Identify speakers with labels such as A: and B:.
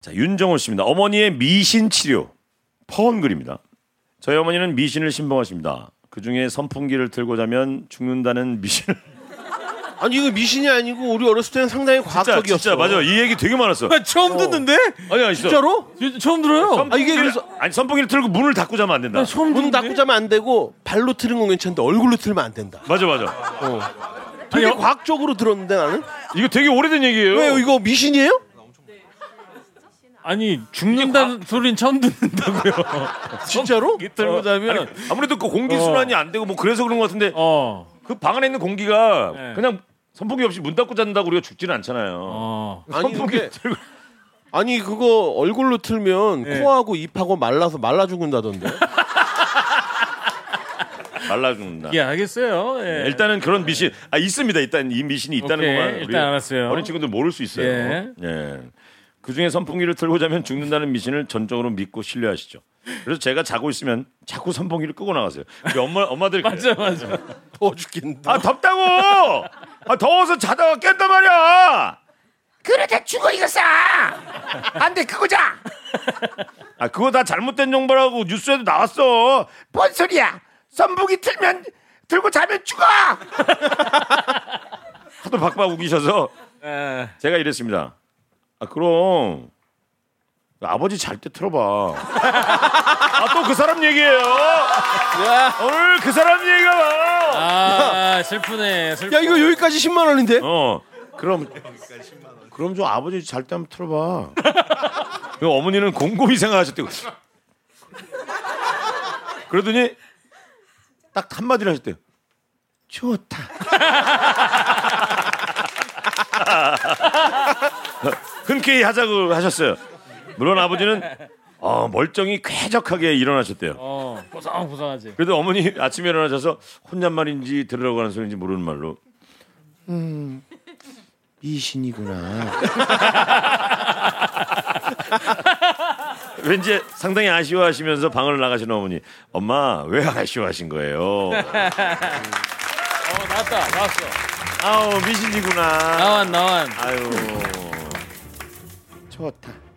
A: 자, 윤정호 씨입니다. 어머니의 미신 치료. 퍼온글입니다. 저희 어머니는 미신을 신봉하십니다. 그 중에 선풍기를 들고 자면 죽는다는 미신을.
B: 아니 이거 미신이 아니고 우리 어렸을 때는 상당히
A: 진짜,
B: 과학적이었어.
A: 진짜, 맞아. 이 얘기 되게 많았어.
C: 처음 듣는데?
A: 아니, 아니,
C: 진짜로? 처음 들어요. 아,
A: 아, 이게 아니, 선풍기를 틀고 문을 닫고 자면 안 된다.
C: 처음
B: 문 닫고 자면 안 되고 발로 틀은 건 괜찮은데 얼굴로 틀면 안 된다.
A: 맞아, 맞아.
B: 되게 과학적으로 들었는데 나는.
A: 이거 되게 오래된 얘기예요.
B: 왜요? 이거 미신이에요?
C: 아니 죽는다는 소린 처음 듣는다고요.
B: 진짜로?
C: 어, 이게 들고 자면
A: 아무래도 그 공기 순환이 안 되고 뭐 그래서 그런 것 같은데
C: 어.
A: 그 방 안에 있는 공기가
C: 네.
A: 그냥 선풍기 없이 문 닫고 잔다고 우리가 죽지는 않잖아요.
C: 어.
B: 아니
A: 선풍기
B: 근데
A: 들고
B: 아니 그거 얼굴로 틀면
C: 예.
B: 코하고 입하고 말라서 말라 죽는다던데.
A: 말라 죽는다.
C: 예, 알겠어요. 예.
A: 일단은 그런 미신 아 있습니다. 일단 이 미신이 있다는
C: 오케이,
A: 것만
C: 일단 알았어요.
A: 어린 친구들 모를 수 있어요.
C: 예.
A: 예. 그 중에 선풍기를 틀고 자면 죽는다는 미신을 전적으로 믿고 신뢰하시죠. 그래서 제가 자고 있으면 자꾸 선풍기를 끄고 나가세요. 우리 엄마 엄마들 그래요.
C: 맞아 맞아.
B: 더워 죽겠는데.
A: 아 덥다고. 아 더워서 자다가 깼단 말이야.
D: 그래 다 죽어 이거 싸. 안돼 그거 자.
A: 아 그거 다 잘못된 정보라고 뉴스에도 나왔어.
D: 뭔 소리야? 선풍기 틀면 들고 자면 죽어.
A: 하도 박박 우기셔서
C: 예.
A: 제가 이랬습니다. 아 그럼 아버지 잘 때 틀어봐. 아 또 그 사람 얘기예요. 오늘 그 사람 얘기가 나와.
C: 아 슬프네. 슬프.
B: 야 이거 여기까지 10만 원인데.
A: 어 그럼 그럼 좀 아버지 잘 때 한번 틀어봐. 그 어머니는 곰곰이 생각하셨대요. 그러더니 딱 한마디를 하셨대요. 좋다. 흔쾌히 하자고 하셨어요. 물론 아버지는 어, 멀쩡히 쾌적하게 일어나셨대요.
C: 어. 보상 보상하지.
A: 그래도 어머니 아침에 일어나셔서 혼잣말인지 들으라고 하는 소리인지 모르는 말로
D: 음. 미신이구나.
A: 왠지 상당히 아쉬워하시면서 방을 나가시는 어머니 엄마 왜 아쉬워하신 거예요
C: 어 나왔다 나왔어.
A: 아우 미신이구나
C: 나완 나완.
A: 아유
D: 좋다.